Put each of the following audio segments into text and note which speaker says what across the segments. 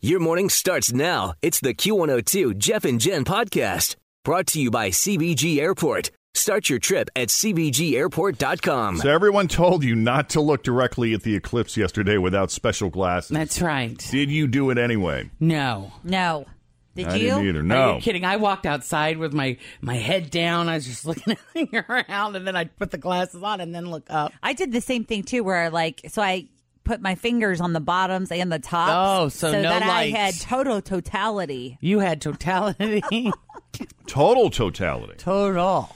Speaker 1: Your morning starts now. It's the Q102 Jeff and Jen podcast brought to you by CBG Airport. Start your trip at CBGAirport.com.
Speaker 2: So everyone told you not to look directly at the eclipse yesterday without special glasses.
Speaker 3: That's right.
Speaker 2: Did you do it anyway?
Speaker 3: No.
Speaker 4: No. Did
Speaker 2: I
Speaker 4: you?
Speaker 2: didn't either.
Speaker 3: Are
Speaker 2: No.
Speaker 3: you kidding? I walked outside with my, my head down. I was just looking around and then I put the glasses on and then look up.
Speaker 4: I did the same thing too, where like, so I put my fingers on the bottoms and the tops.
Speaker 3: Oh, so no
Speaker 4: that
Speaker 3: lights.
Speaker 4: I had total totality.
Speaker 3: You had totality.
Speaker 2: Total totality.
Speaker 3: Total.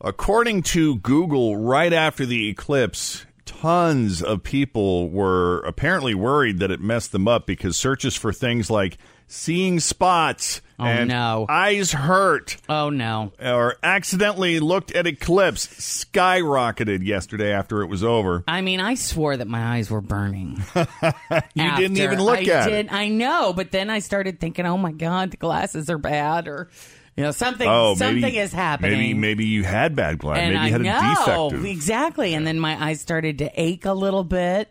Speaker 2: According to Google, right after the eclipse, tons of people were apparently worried that it messed them up because searches for things like seeing spots
Speaker 3: Oh,
Speaker 2: and
Speaker 3: no.
Speaker 2: eyes hurt
Speaker 3: Oh, no.
Speaker 2: or accidentally looked at eclipse skyrocketed yesterday after it was over.
Speaker 3: I mean, I swore that my eyes were burning.
Speaker 2: You didn't
Speaker 3: after.
Speaker 2: even look
Speaker 3: I
Speaker 2: at
Speaker 3: did,
Speaker 2: it.
Speaker 3: I know, but then I started thinking, oh my God, the glasses are bad or, you know, something,
Speaker 2: Oh,
Speaker 3: something
Speaker 2: maybe,
Speaker 3: is happening.
Speaker 2: Maybe maybe you had bad glasses.
Speaker 3: and
Speaker 2: Maybe you had
Speaker 3: I know
Speaker 2: a defective.
Speaker 3: exactly. And then my eyes started to ache a little bit.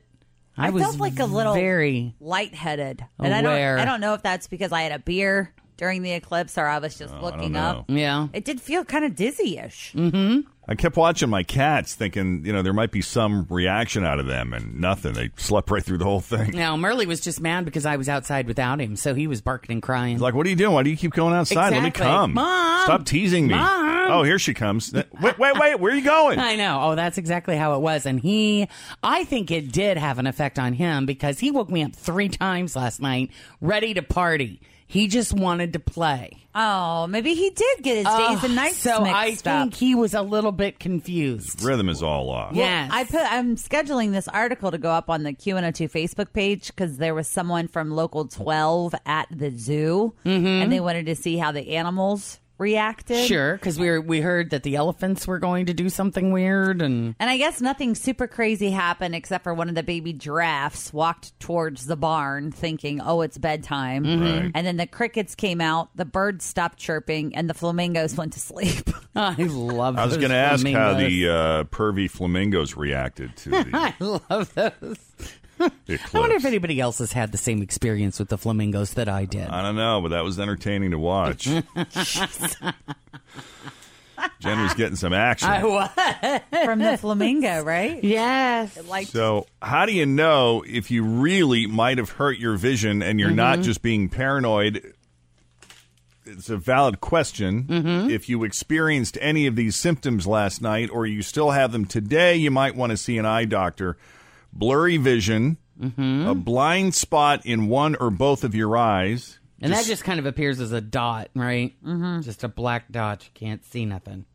Speaker 3: I,
Speaker 4: I,
Speaker 3: was
Speaker 4: felt like a little
Speaker 3: very
Speaker 4: lightheaded, and I
Speaker 3: aware.
Speaker 4: don't. I don't know if that's because I had a beer during the eclipse or I was
Speaker 2: Oh,
Speaker 4: just looking up.
Speaker 3: yeah.
Speaker 4: It did feel kind of dizzy-ish.
Speaker 2: I kept watching my cats, thinking you know there might be some reaction out of them, and nothing. They slept right through the whole thing.
Speaker 3: Now Merle was just mad because I was outside without him, so he was barking and crying.
Speaker 2: It's like, what are you doing? Why do you keep going outside? Let me
Speaker 3: Exactly.
Speaker 2: come.
Speaker 3: Mom!
Speaker 2: Stop teasing me.
Speaker 3: Mom!
Speaker 2: Oh, here she comes. Wait, wait, wait. Where are you going?
Speaker 3: I know. Oh, that's exactly how it was. And he, I think it did have an effect on him because he woke me up three times last night, ready to party. He just wanted to play.
Speaker 4: Oh, maybe he did get his days and nights
Speaker 3: so
Speaker 4: mixed
Speaker 3: I
Speaker 4: up.
Speaker 3: think he was a little bit confused.
Speaker 2: Rhythm is all off.
Speaker 4: Well,
Speaker 3: Yeah. Yes.
Speaker 4: I put I'm scheduling this article to go up on the QN02 Facebook page because there was someone from local 12 at the zoo and they wanted to see how the animals reacted.
Speaker 3: Sure, because we were, we heard that the elephants were going to do something weird, and
Speaker 4: And I guess nothing super crazy happened except for one of the baby giraffes walked towards the barn thinking, "Oh, it's bedtime."
Speaker 2: Right.
Speaker 4: And then the crickets came out, the birds stopped chirping, and the flamingos went to sleep.
Speaker 3: I love.
Speaker 2: I was
Speaker 3: going to
Speaker 2: ask how the uh, pervy flamingos reacted to the
Speaker 3: I love those.
Speaker 2: eclipse.
Speaker 3: I wonder if anybody else has had the same experience with the flamingos that I did.
Speaker 2: I don't know, but that was entertaining to watch. Jen was getting some action.
Speaker 3: I was.
Speaker 4: From the flamingo, right?
Speaker 3: Yes.
Speaker 4: Like
Speaker 2: So, how do you know if you really might have hurt your vision and you're not just being paranoid? It's a valid question. If you experienced any of these symptoms last night or you still have them today, you might want to see an eye doctor. Blurry vision, a blind spot in one or both of your eyes.
Speaker 3: And that just kind of appears as a dot, right? Mm-hmm. Just a black dot. You can't see nothing.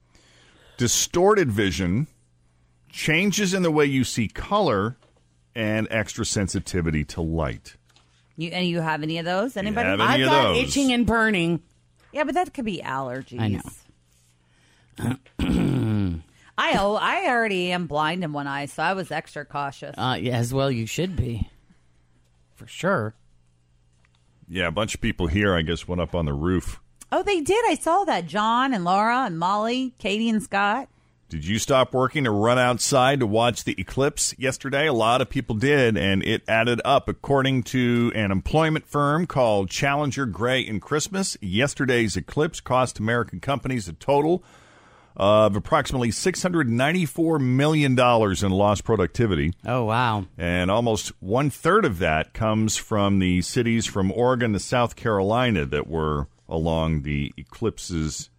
Speaker 2: distorted vision, changes in the way you see color, and extra sensitivity to light.
Speaker 4: you and you have any of those? Anybody?
Speaker 2: have
Speaker 3: I
Speaker 2: Any of
Speaker 3: got
Speaker 2: those?
Speaker 3: itching and burning.
Speaker 4: Yeah, but that could be allergies.
Speaker 3: I know.
Speaker 4: I oh, I already am blind in one eye, so I was extra cautious.
Speaker 3: Uh, yeah, as well, you should be. For sure.
Speaker 2: Yeah, a bunch of people here, I guess, went up on the roof.
Speaker 4: oh, they did. I saw that. John and Laura and Molly, Katie and Scott.
Speaker 2: Did you stop working to run outside to watch the eclipse yesterday? A lot of people did, and it added up. According to an employment firm called Challenger Gray and Christmas, yesterday's eclipse cost American companies a total of approximately $694 million in lost productivity.
Speaker 3: Oh, wow.
Speaker 2: And almost one third of that comes from the cities from Oregon to South Carolina that were along the eclipse's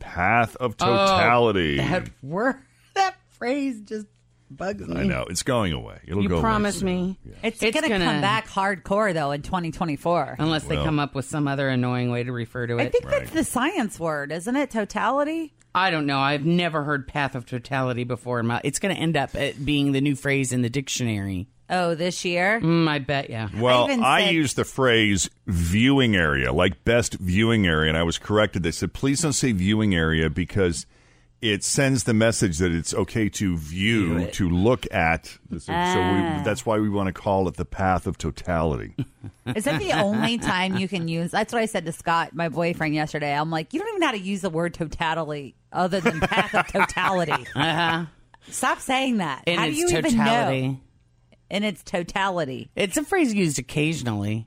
Speaker 2: path of totality.
Speaker 3: Oh, That word, that phrase just bugs me.
Speaker 2: I know it's going away. It'll
Speaker 3: You
Speaker 2: go away
Speaker 3: promise
Speaker 2: soon.
Speaker 3: me.
Speaker 4: It's,
Speaker 3: It's
Speaker 4: gonna,
Speaker 3: gonna- Oh,
Speaker 4: come back hardcore though in 2024.
Speaker 3: Unless they come up with some other annoying way to refer to it.
Speaker 4: I
Speaker 3: I,
Speaker 4: think that's the science word, isn't it? Totality.
Speaker 3: don't know. I've never heard path of totality before. in my- It's going to end up at being the new phrase in the dictionary.
Speaker 4: Oh, this year.
Speaker 3: Mm, I bet, yeah.
Speaker 2: Well,
Speaker 4: even
Speaker 2: I
Speaker 4: said-
Speaker 2: used the phrase viewing area, like best viewing area, and I was corrected. They said, please don't say viewing area because it sends the message that it's okay to view, to look at. So
Speaker 3: Ah.
Speaker 2: we, that's why we want to call it the path of totality.
Speaker 4: Is that the only time you can use? That's what I said to Scott, my boyfriend, yesterday. I'm like, you don't even know how to use the word totality other than path of totality. Stop saying that.
Speaker 3: In
Speaker 4: how
Speaker 3: Uh-huh. its
Speaker 4: do you
Speaker 3: totality.
Speaker 4: even know? In its totality.
Speaker 3: It's a phrase used occasionally.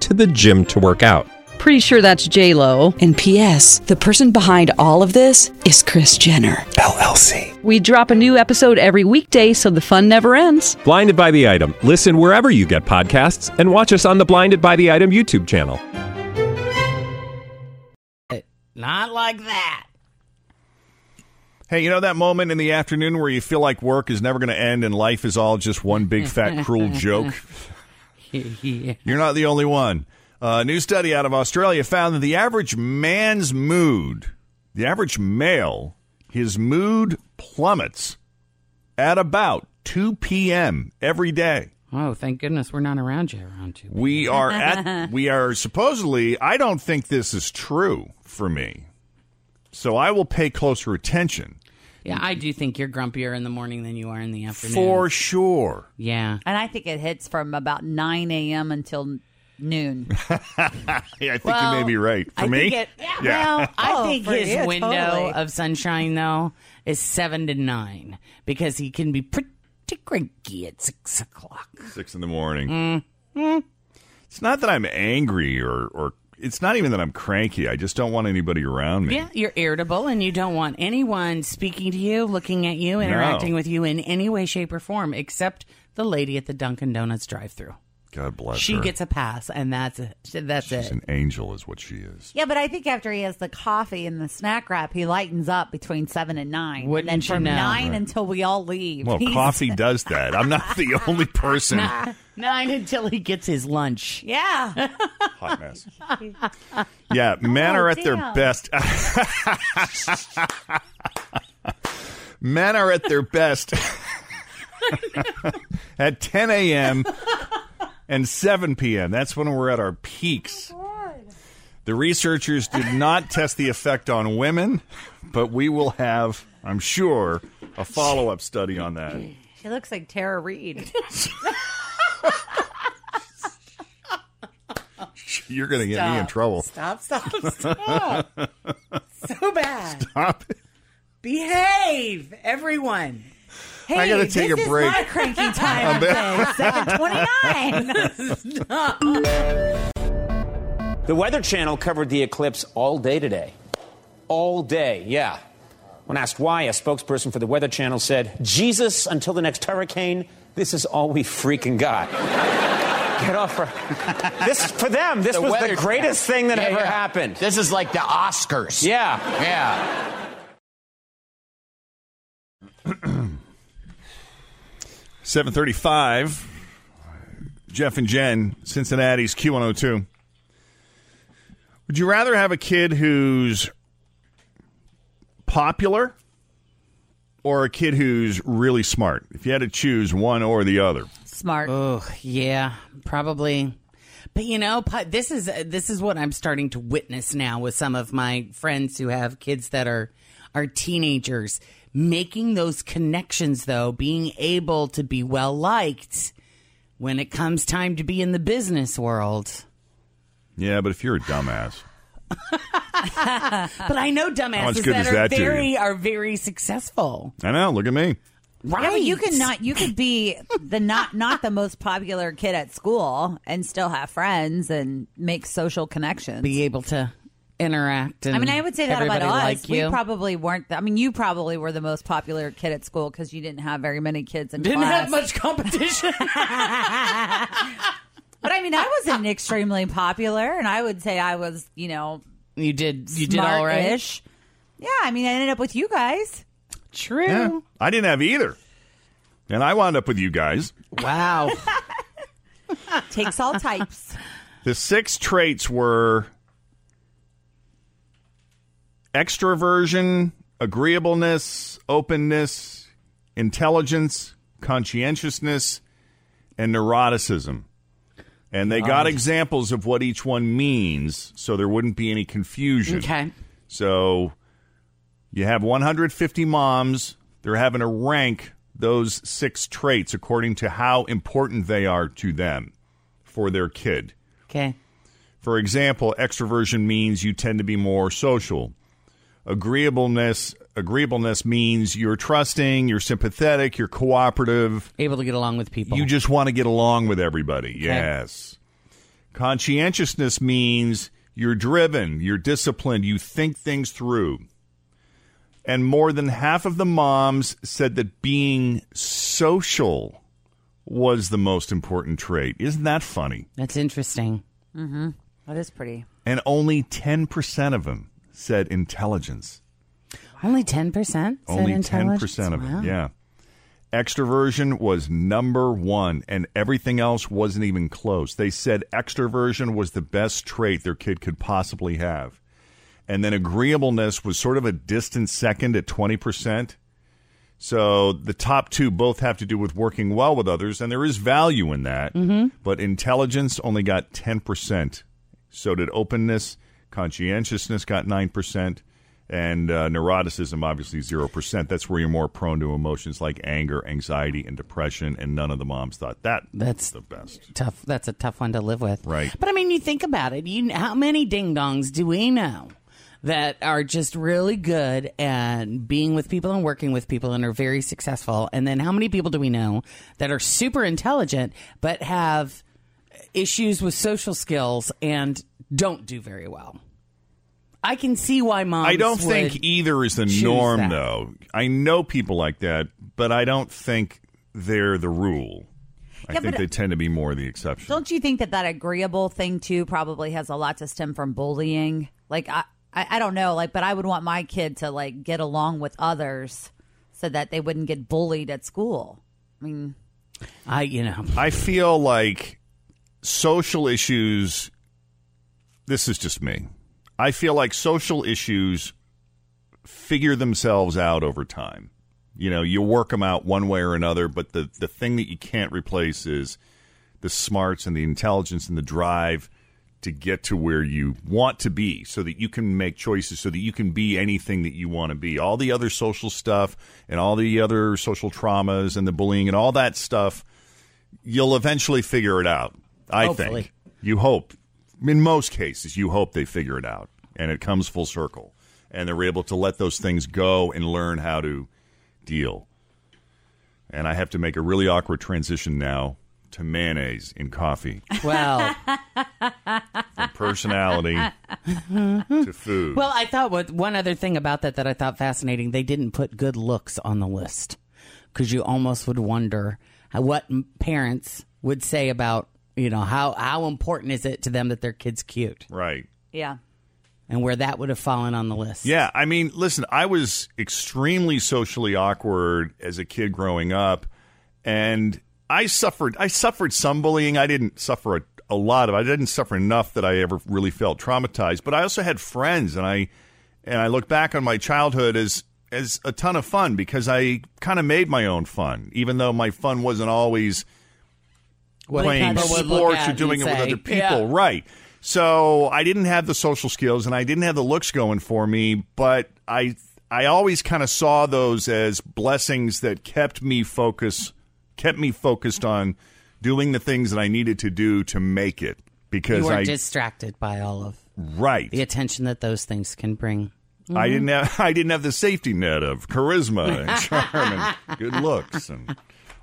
Speaker 5: to the gym to work out.
Speaker 6: Pretty sure that's J Lo. Oh. And P.S. The person behind all of this is Chris Jenner.
Speaker 5: LLC.
Speaker 6: We drop a new episode every weekday, so the fun never ends.
Speaker 5: Blinded by the item. Listen wherever you get podcasts, and watch us on the Blinded by the Item YouTube channel.
Speaker 3: Not like that.
Speaker 2: Hey, you know that moment in the afternoon where you feel like work is never going to end and life is all just one big fat cruel joke? You're not the only one. A new study out of Australia found that the average man's mood, the average male, his mood plummets at about 2 p.m. every day.
Speaker 3: Oh, thank goodness we're not around you around you.
Speaker 2: We are at we are supposedly I don't think this is true for me. So I will pay closer attention.
Speaker 3: Yeah, I do think you're grumpier in the morning than you are in the afternoon.
Speaker 2: For sure.
Speaker 3: Yeah.
Speaker 4: And I think it hits from about 9 a.m. until noon.
Speaker 2: Yeah, I think you may be right. For
Speaker 3: I
Speaker 2: me?
Speaker 3: Think it, yeah, Well, I
Speaker 4: Oh,
Speaker 3: think
Speaker 4: for
Speaker 3: his
Speaker 4: you,
Speaker 3: window
Speaker 4: totally.
Speaker 3: of sunshine though is seven to nine because he can be pretty cranky at six o'clock.
Speaker 2: six in the morning. Mm-hmm. It's not that I'm angry or, or it's not even that I'm cranky. I just don't want anybody around me.
Speaker 3: Yeah, you're irritable and you don't want anyone speaking to you, looking at you, interacting with you in any way, shape, or form except the lady at the Dunkin' Donuts drive-through.
Speaker 2: God bless
Speaker 3: She
Speaker 2: her.
Speaker 3: gets a pass, and that's it. That's
Speaker 2: She's
Speaker 3: it.
Speaker 2: an angel, is what she is.
Speaker 4: yeah, but I think after he has the coffee and the snack wrap, he lightens up between 7 and 9.
Speaker 3: Wouldn't
Speaker 4: and then
Speaker 3: you
Speaker 4: from
Speaker 3: know?
Speaker 4: 9 until we all leave.
Speaker 2: Well,
Speaker 4: he's-
Speaker 2: coffee does that. I'm not the only person.
Speaker 3: Nine until he gets his lunch.
Speaker 4: Yeah.
Speaker 2: Hot mess. Yeah, men are at their
Speaker 4: Oh, damn.
Speaker 2: best. men are at their best at 10 a.m. and 7 p.m. That's when we're at our peaks.
Speaker 4: Oh,
Speaker 2: The researchers did not test the effect on women, but we will have, I'm sure, a follow up study on that.
Speaker 4: She looks like Tara Reid.
Speaker 2: You're going to get me in trouble.
Speaker 3: Stop, stop, stop. so bad.
Speaker 2: Stop it.
Speaker 3: Behave, everyone.
Speaker 4: Hey,
Speaker 2: I gotta take
Speaker 4: this
Speaker 2: a break.
Speaker 4: Is my cranky time. Seven twenty-nine.
Speaker 7: The Weather Channel covered the eclipse all day today. All day, yeah. When asked why, a spokesperson for the Weather Channel said, Jesus, until the next hurricane, this is all we freaking got. Get off her. This, for them, this was the
Speaker 8: Weather-
Speaker 7: greatest thing that
Speaker 8: Yeah,
Speaker 7: ever
Speaker 8: yeah.
Speaker 7: happened.
Speaker 8: This is like the Oscars.
Speaker 7: yeah.
Speaker 8: Yeah.
Speaker 2: Seven thirty-five. Jeff and Jen, Cincinnati's Q one hundred two. Would you rather have a kid who's popular or a kid who's really smart? If you had to choose one or the other, Um,
Speaker 4: Smart.
Speaker 3: Oh, yeah, probably. But you know, pu- this is uh, this is what I'm starting to witness now with some of my friends who have kids that are are teenagers making those connections though, being able to be well liked when it comes time to be in the business world.
Speaker 2: yeah. But if you're a dumbass,
Speaker 3: but I know dumbasses
Speaker 2: Oh, good
Speaker 3: that,
Speaker 2: is
Speaker 3: are
Speaker 2: that to you?
Speaker 3: very are very successful.
Speaker 2: I know. Look at me.
Speaker 4: Yeah, but you could not. You could be the not not the most popular kid at school and still have friends and make social connections.
Speaker 3: be able to interact. And
Speaker 4: I mean, I would say that about
Speaker 3: everybody
Speaker 4: us.
Speaker 3: Like
Speaker 4: we
Speaker 3: you.
Speaker 4: probably weren't. The, I mean, you probably were the most popular kid at school because you didn't have very many kids in
Speaker 3: didn't
Speaker 4: class.
Speaker 3: have much competition.
Speaker 4: but I mean, I wasn't extremely popular, and I would say I was, you know,
Speaker 3: you did. You did all right.
Speaker 4: smart-ish. Yeah, I mean, I ended up with you guys.
Speaker 3: True.
Speaker 2: Yeah. I didn't have either. And I wound up with you guys.
Speaker 3: Wow.
Speaker 4: Takes all types.
Speaker 2: The six traits were extroversion, agreeableness, openness, intelligence, conscientiousness, and neuroticism. And they got examples of what each one means so there wouldn't be any confusion.
Speaker 3: okay.
Speaker 2: So you have 150 moms. They're having to rank those six traits according to how important they are to them for their kid.
Speaker 3: Okay.
Speaker 2: For example, extroversion means you tend to be more social. Agreeableness agreeableness means you're trusting, you're sympathetic, you're cooperative.
Speaker 3: Able to get along with people.
Speaker 2: You just want to get along with everybody. Yes. Conscientiousness means you're driven, you're disciplined, you think things through. And more than half of the moms said that being social was the most important trait. Isn't that funny?
Speaker 3: That's interesting.
Speaker 4: That is pretty.
Speaker 2: And only 10% of them said intelligence.
Speaker 3: Only ten percent.
Speaker 2: Only 10% of them. Yeah. Extroversion was number one, and everything else wasn't even close. They said extroversion was the best trait their kid could possibly have. And then agreeableness was sort of a distant second at 20%. So the top two both have to do with working well with others, and there is value in that. But intelligence only got 10%. So did openness. Conscientiousness got 9%. And uh, neuroticism, obviously, 0%. That's where you're more prone to emotions like anger, anxiety, and depression. And none of the moms thought that
Speaker 3: That's
Speaker 2: the best.
Speaker 3: tough. That's a tough one to live with.
Speaker 2: Right.
Speaker 3: But I mean, you think about it. You, how many ding dongs do we know that are just really good at being with people and working with people and are very successful? And then how many people do we know that are super intelligent but have issues with social skills and don't do very well? I can see why moms.
Speaker 2: I don't think e-
Speaker 3: would-
Speaker 2: either is the
Speaker 3: choose
Speaker 2: norm,
Speaker 3: that.
Speaker 2: though. I know people like that, but I don't think they're the rule. I
Speaker 4: Yeah,
Speaker 2: think
Speaker 4: but-
Speaker 2: they tend to be more the exception.
Speaker 4: Don't you think that that agreeable thing too probably has a lot to stem from bullying? Like I, I, I don't know, like, but I would want my kid to like get along with others so that they wouldn't get bullied at school. I mean,
Speaker 3: I, you know,
Speaker 2: I feel like social issues. This is just me. I feel like social issues figure themselves out over time. You know, you work them out one way or another, but the, the thing that you can't replace is the smarts and the intelligence and the drive to get to where you want to be so that you can make choices so that you can be anything that you want to be all the other social stuff and all the other social traumas and the bullying and all that stuff you'll eventually figure it out i
Speaker 3: Hopefully.
Speaker 2: think you hope in most cases you hope they figure it out and it comes full circle and they're able to let those things go and learn how to deal and i have to make a really awkward transition now to mayonnaise in coffee
Speaker 3: well.
Speaker 2: personality to food.
Speaker 3: Well, I thought what one other thing about that that I thought fascinating, they didn't put good looks on the list because you almost would wonder how, what m- parents would say about you know how how important is it to them that their kid's cute
Speaker 2: right.
Speaker 4: yeah.
Speaker 3: and where that would have fallen on the list.
Speaker 2: Yeah, I mean, listen, I was extremely socially awkward as a kid growing up, and I suffered. I suffered some bullying. I didn't suffer a, a lot of. I didn't suffer enough that I ever really felt traumatized. But I also had friends, and I and I look back on my childhood as as a ton of fun because I kind of made my own fun, even though my fun wasn't always
Speaker 3: What
Speaker 2: playing
Speaker 3: people would look
Speaker 2: sports
Speaker 3: at
Speaker 2: or doing it
Speaker 3: and
Speaker 2: with
Speaker 3: say,
Speaker 2: other people.
Speaker 3: yeah.
Speaker 2: Right. So I didn't have the social skills and I didn't have the looks going for me, but I I always kind of saw those as blessings that kept me focus kept me focused on doing the things that I needed to do to make it because
Speaker 3: You were
Speaker 2: I
Speaker 3: distracted by all of
Speaker 2: Right.
Speaker 3: The attention that those things can bring.
Speaker 2: I didn't have I didn't have the safety net of charisma and charm and good looks and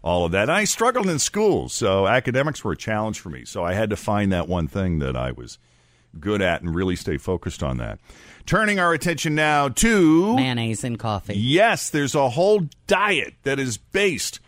Speaker 2: all of that. And I struggled in school, so academics were a challenge for me. So I had to find that one thing that I was good at and really stay focused on that. Turning our attention now to
Speaker 3: mayonnaise and coffee.
Speaker 2: Yes, there's a whole diet that is based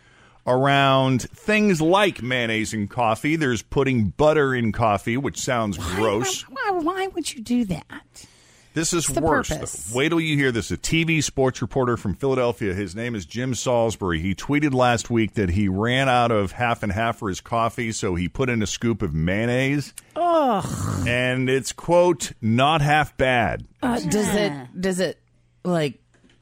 Speaker 2: around things like mayonnaise and coffee. There's putting butter in coffee, which sounds gross.
Speaker 3: Why, why would you do that?
Speaker 2: This is
Speaker 3: What's the
Speaker 2: worse.
Speaker 3: purpose?
Speaker 2: though. Wait till you hear this. A TV sports reporter from Philadelphia. His name is Jim Salisbury. He tweeted last week that he ran out of half and half for his coffee, so he put in a scoop of mayonnaise. Ugh. And it's quote not half bad.
Speaker 3: Uh, does it does it like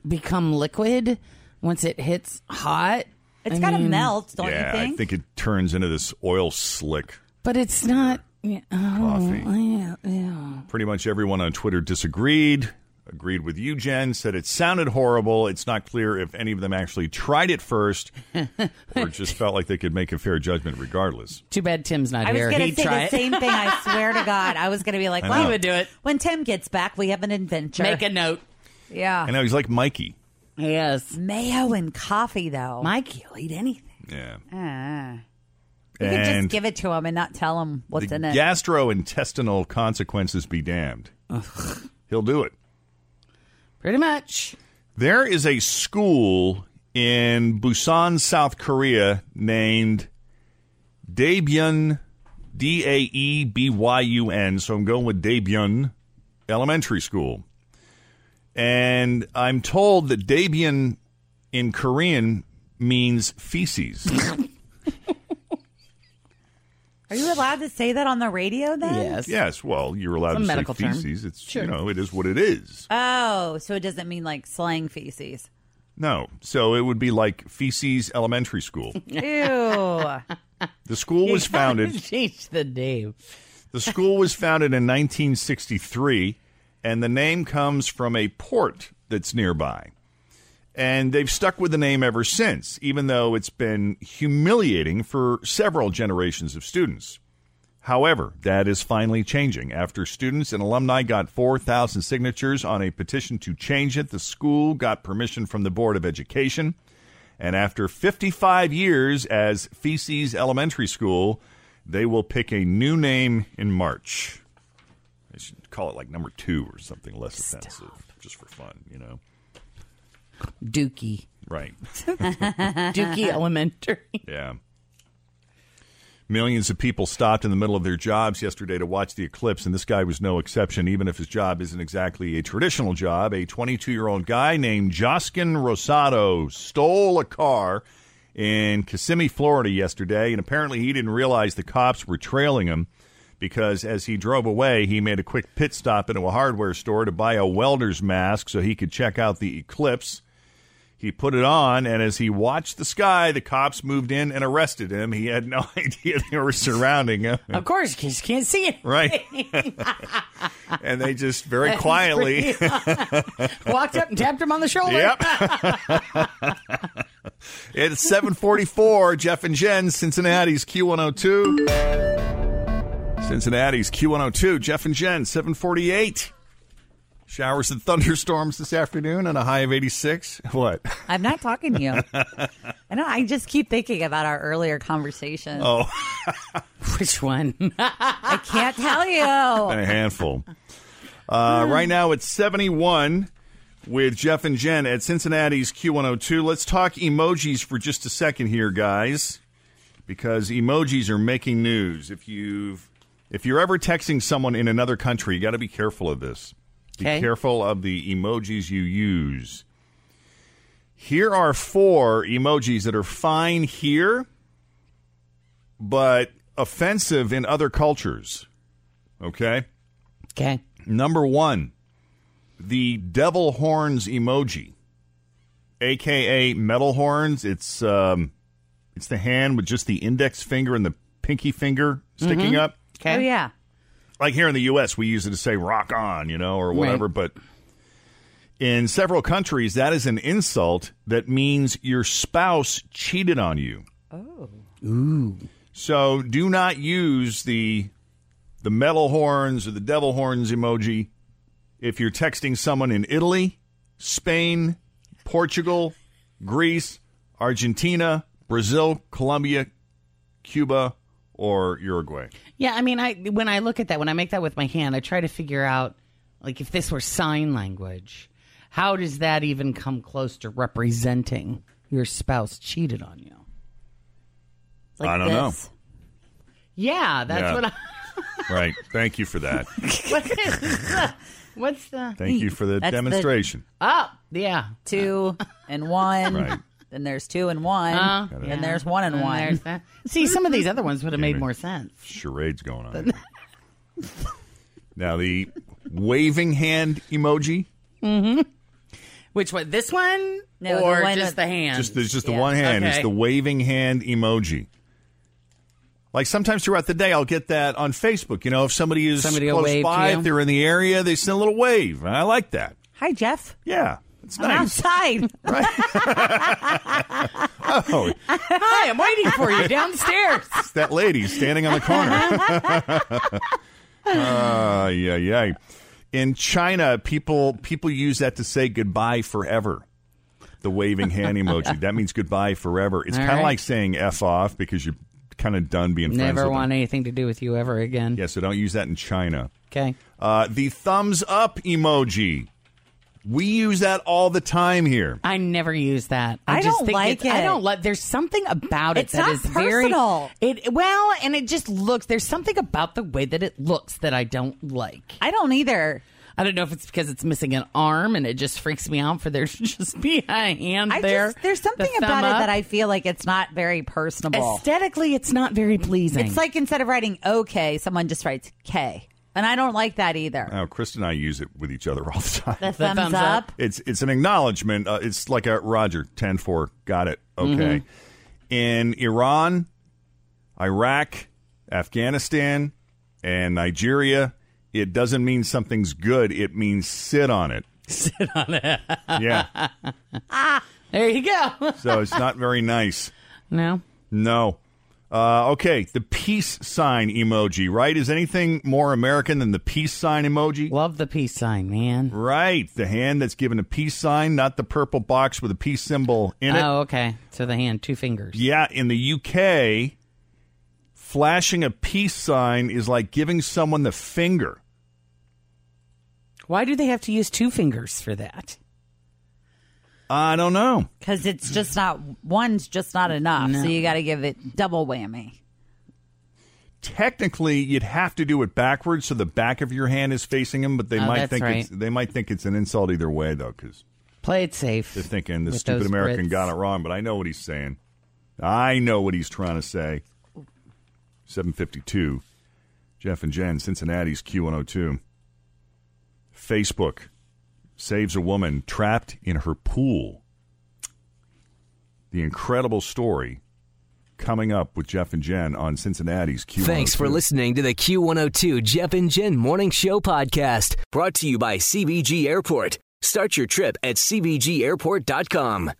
Speaker 3: become liquid once it hits hot?
Speaker 4: It's
Speaker 3: I
Speaker 4: got to
Speaker 3: mean,
Speaker 4: melt, don't
Speaker 2: yeah,
Speaker 4: Oh, you think?
Speaker 2: I think it turns into this oil slick.
Speaker 3: But it's not. Yeah,
Speaker 2: Coffee.
Speaker 3: Oh, yeah, yeah.
Speaker 2: Pretty much everyone on Twitter disagreed. Agreed with you, Jen. Said it sounded horrible. It's not clear if any of them actually tried it first, or just felt like they could make a fair judgment regardless.
Speaker 3: Too bad Tim's not
Speaker 4: I was
Speaker 3: here.
Speaker 4: going
Speaker 3: He'd
Speaker 4: to say
Speaker 3: try
Speaker 4: the
Speaker 3: it.
Speaker 4: same thing. I swear to God, I was going to be like,
Speaker 2: I
Speaker 4: "Well,
Speaker 2: know. He would
Speaker 3: do it.
Speaker 4: when Tim gets back. We have an adventure."
Speaker 3: Make a note.
Speaker 4: yeah,
Speaker 2: I know he's like Mikey.
Speaker 3: Yes.
Speaker 4: mayo and coffee though.
Speaker 3: Mike, you'll eat anything.
Speaker 2: Yeah.
Speaker 4: Ah. you
Speaker 2: and
Speaker 4: can just give it to him and not tell him what's
Speaker 2: the
Speaker 4: in it.
Speaker 2: gastrointestinal consequences be damned. He'll do it.
Speaker 3: Pretty much.
Speaker 2: There is a school in Busan, South Korea named Daebyun, D A E B Y U N. So I'm going with Daebyun Elementary School. And I'm told that Daebyun in Korean means feces.
Speaker 4: Are you allowed to say that on the radio then?
Speaker 3: Yes.
Speaker 2: yes, well, you're allowed
Speaker 3: It's a
Speaker 2: to say
Speaker 3: medical term.
Speaker 2: feces. It's
Speaker 3: Sure.
Speaker 2: you know, it is what it is.
Speaker 4: Oh, so it doesn't mean like slang feces.
Speaker 2: No. So it would be like Feces Elementary School.
Speaker 4: Ew. oh,
Speaker 2: The school was founded
Speaker 3: Change the name.
Speaker 2: the school was founded in 1963 and the name comes from a port that's nearby. And they've stuck with the name ever since, even though it's been humiliating for several generations of students. However, that is finally changing. After students and alumni got 4,000 signatures on a petition to change it, the school got permission from the Board of Education. And after 55 years as Feces Elementary School, they will pick a new name in March. They should call it like number two or something less offensive, just for fun, you know?
Speaker 3: Dookie.
Speaker 2: Right.
Speaker 3: Dookie Elementary.
Speaker 2: Yeah. Millions of people stopped in the middle of their jobs yesterday to watch the eclipse, and this guy was no exception, even if his job isn't exactly a traditional job. A 22 year old guy named Joskin Rosado stole a car in Kissimmee, Florida yesterday, and apparently he didn't realize the cops were trailing him because as he drove away, he made a quick pit stop into a hardware store to buy a welder's mask so he could check out the eclipse. He put it on, and as he watched the sky, the cops moved in and arrested him. He had no idea they were surrounding him.
Speaker 3: Of course, you just can't see it.
Speaker 2: Right. and they just very quietly.
Speaker 3: Walked up and tapped him on the shoulder.
Speaker 2: Yep. it's 744, Jeff and Jen, Cincinnati's Q102. Cincinnati's Q102, Jeff and Jen, 748. Showers and thunderstorms this afternoon and a high of 86. What?
Speaker 4: I'm not talking to you. I know. I just keep thinking about our earlier conversation.
Speaker 2: Oh.
Speaker 3: Which one?
Speaker 4: I can't tell you.
Speaker 2: and a handful. Uh, right now it's 71 with Jeff and Jen at Cincinnati's Q102. Let's talk emojis for just a second here, guys, because emojis are making news. If you've if you're ever texting someone in another country, you got to be careful of this. Be
Speaker 3: Okay.
Speaker 2: careful of the emojis you use. Here are four emojis that are fine here, but offensive in other cultures. Okay?
Speaker 3: Okay.
Speaker 2: Number one, the devil horns emoji, aka metal horns. It's um, it's the hand with just the index finger and the pinky finger sticking up.
Speaker 3: Okay.
Speaker 4: Oh yeah.
Speaker 2: Like here in the U.S., we use it to say "rock on," you know, or whatever. But in several countries, that is an insult that means your spouse cheated on you. Oh. Ooh. So do not use the the metal horns or the devil horns emoji. If you're texting someone in Italy, Spain, Portugal, Greece, Argentina, Brazil, Colombia, Cuba, or Uruguay.
Speaker 3: Yeah, I mean, I when I look at that, when I make that with my hand, I try to figure out like if this were sign language, how does that even come close to representing your spouse cheated on you?
Speaker 2: I don't know.
Speaker 3: Yeah, that's
Speaker 2: Yeah.
Speaker 3: what I
Speaker 2: right. Thank you for that.
Speaker 3: What's the
Speaker 2: Thank you for the
Speaker 4: That's the-
Speaker 2: demonstration.
Speaker 3: Oh, yeah.
Speaker 4: Two and one.
Speaker 2: Right.
Speaker 4: Then there's two and one.
Speaker 3: Uh,
Speaker 4: then
Speaker 3: yeah.
Speaker 4: there's one and,
Speaker 3: And
Speaker 4: one.
Speaker 3: there's that. See, some of these other ones would have made
Speaker 2: Damn it.
Speaker 3: more sense.
Speaker 2: Charades going on. now the waving hand emoji.
Speaker 3: Which one? This one
Speaker 4: No, the
Speaker 3: or
Speaker 4: one
Speaker 3: just
Speaker 4: with-
Speaker 3: the hand?
Speaker 2: Just the, just the
Speaker 4: Yeah.
Speaker 2: one hand.
Speaker 3: Okay.
Speaker 2: It's the waving hand emoji. Like sometimes throughout the day, I'll get that on Facebook. You know, if somebody is
Speaker 3: Somebody will wave
Speaker 2: close
Speaker 3: to
Speaker 2: by,
Speaker 3: you.
Speaker 2: if they're in the area, they send a little wave. And I like that.
Speaker 4: Hi, Jeff.
Speaker 2: Yeah, it's
Speaker 4: I'm
Speaker 2: nice.
Speaker 4: outside.
Speaker 2: Oh,
Speaker 3: Hi, I'm waiting for you downstairs.
Speaker 2: it's that lady standing on the corner. Ah, yeah, yeah. In China, people people use that to say goodbye forever. The waving hand emoji. That means goodbye forever. It's
Speaker 3: All
Speaker 2: kind of
Speaker 3: right.
Speaker 2: like saying "f off" because you're kind of done being friends.
Speaker 3: Never
Speaker 2: with
Speaker 3: want
Speaker 2: them.
Speaker 3: anything to do with you ever again.
Speaker 2: Yeah, so don't use that in China.
Speaker 3: Okay.
Speaker 2: Uh, the thumbs up emoji. We use that all the time here.
Speaker 3: I never use that. I,
Speaker 4: I
Speaker 3: just
Speaker 4: don't
Speaker 3: think
Speaker 4: like
Speaker 3: it's- I
Speaker 4: it.
Speaker 3: don't like. There's something about it
Speaker 4: It's
Speaker 3: that
Speaker 4: not
Speaker 3: is
Speaker 4: personal.
Speaker 3: very it. Well, and it just looks. There's something about the way that it looks that I don't like.
Speaker 4: I don't either.
Speaker 3: I don't know if it's because it's missing an arm and it just freaks me out for there to just be a hand
Speaker 4: I
Speaker 3: there.
Speaker 4: just there's something
Speaker 3: the
Speaker 4: about
Speaker 3: thumb
Speaker 4: it
Speaker 3: up.
Speaker 4: that I feel like it's not very personable.
Speaker 3: aesthetically it's not very pleasing.
Speaker 4: It's like instead of writing okay, someone just writes K. And I don't like that either.
Speaker 2: Now, Chris and I use it with each other all the time.
Speaker 4: the, thumbs
Speaker 3: thumbs
Speaker 4: up.
Speaker 3: up.
Speaker 2: It's it's an acknowledgement. Uh, it's like a Roger 10-4. Got it. Okay. In Iran, Iraq, Afghanistan, and Nigeria, it doesn't mean something's good. It means sit on it. Sit on it. yeah.
Speaker 3: there you go.
Speaker 2: So it's not very nice.
Speaker 3: no.
Speaker 2: No. Uh, okay, the peace sign emoji, right? Is anything more American than the peace sign emoji?
Speaker 3: Love the peace sign, man.
Speaker 2: Right, the hand that's given a peace sign, not the purple box with a peace symbol in it.
Speaker 3: Oh, okay. So the hand, two fingers.
Speaker 2: Yeah, in the UK, flashing a peace sign is like giving someone the finger.
Speaker 3: Why do they have to use two fingers for that?
Speaker 2: I don't know.
Speaker 4: Because it's just not one's just not enough. So you got to give it double whammy.
Speaker 2: Technically, you'd have to do it backwards, so the back of your hand is facing him. But they
Speaker 3: Oh,
Speaker 2: might
Speaker 3: that's
Speaker 2: think it's,
Speaker 3: right.
Speaker 2: they might think it's an insult either way, though, because
Speaker 3: Play it safe.
Speaker 2: they're thinking the
Speaker 3: With
Speaker 2: stupid
Speaker 3: those
Speaker 2: American
Speaker 3: Brits.
Speaker 2: got it wrong. But I know what he's saying. I know what he's trying to say. Seven fifty-two. Jeff and Jen, Cincinnati's Q one hundred two. Facebook saves a woman trapped in her pool. The incredible story coming up with Jeff and Jen on Cincinnati's Q. oh
Speaker 1: Thanks for listening to the Q102 Jeff and Jen Morning Show podcast, brought to you by CBG Airport. Start your trip at CBGAirport.com.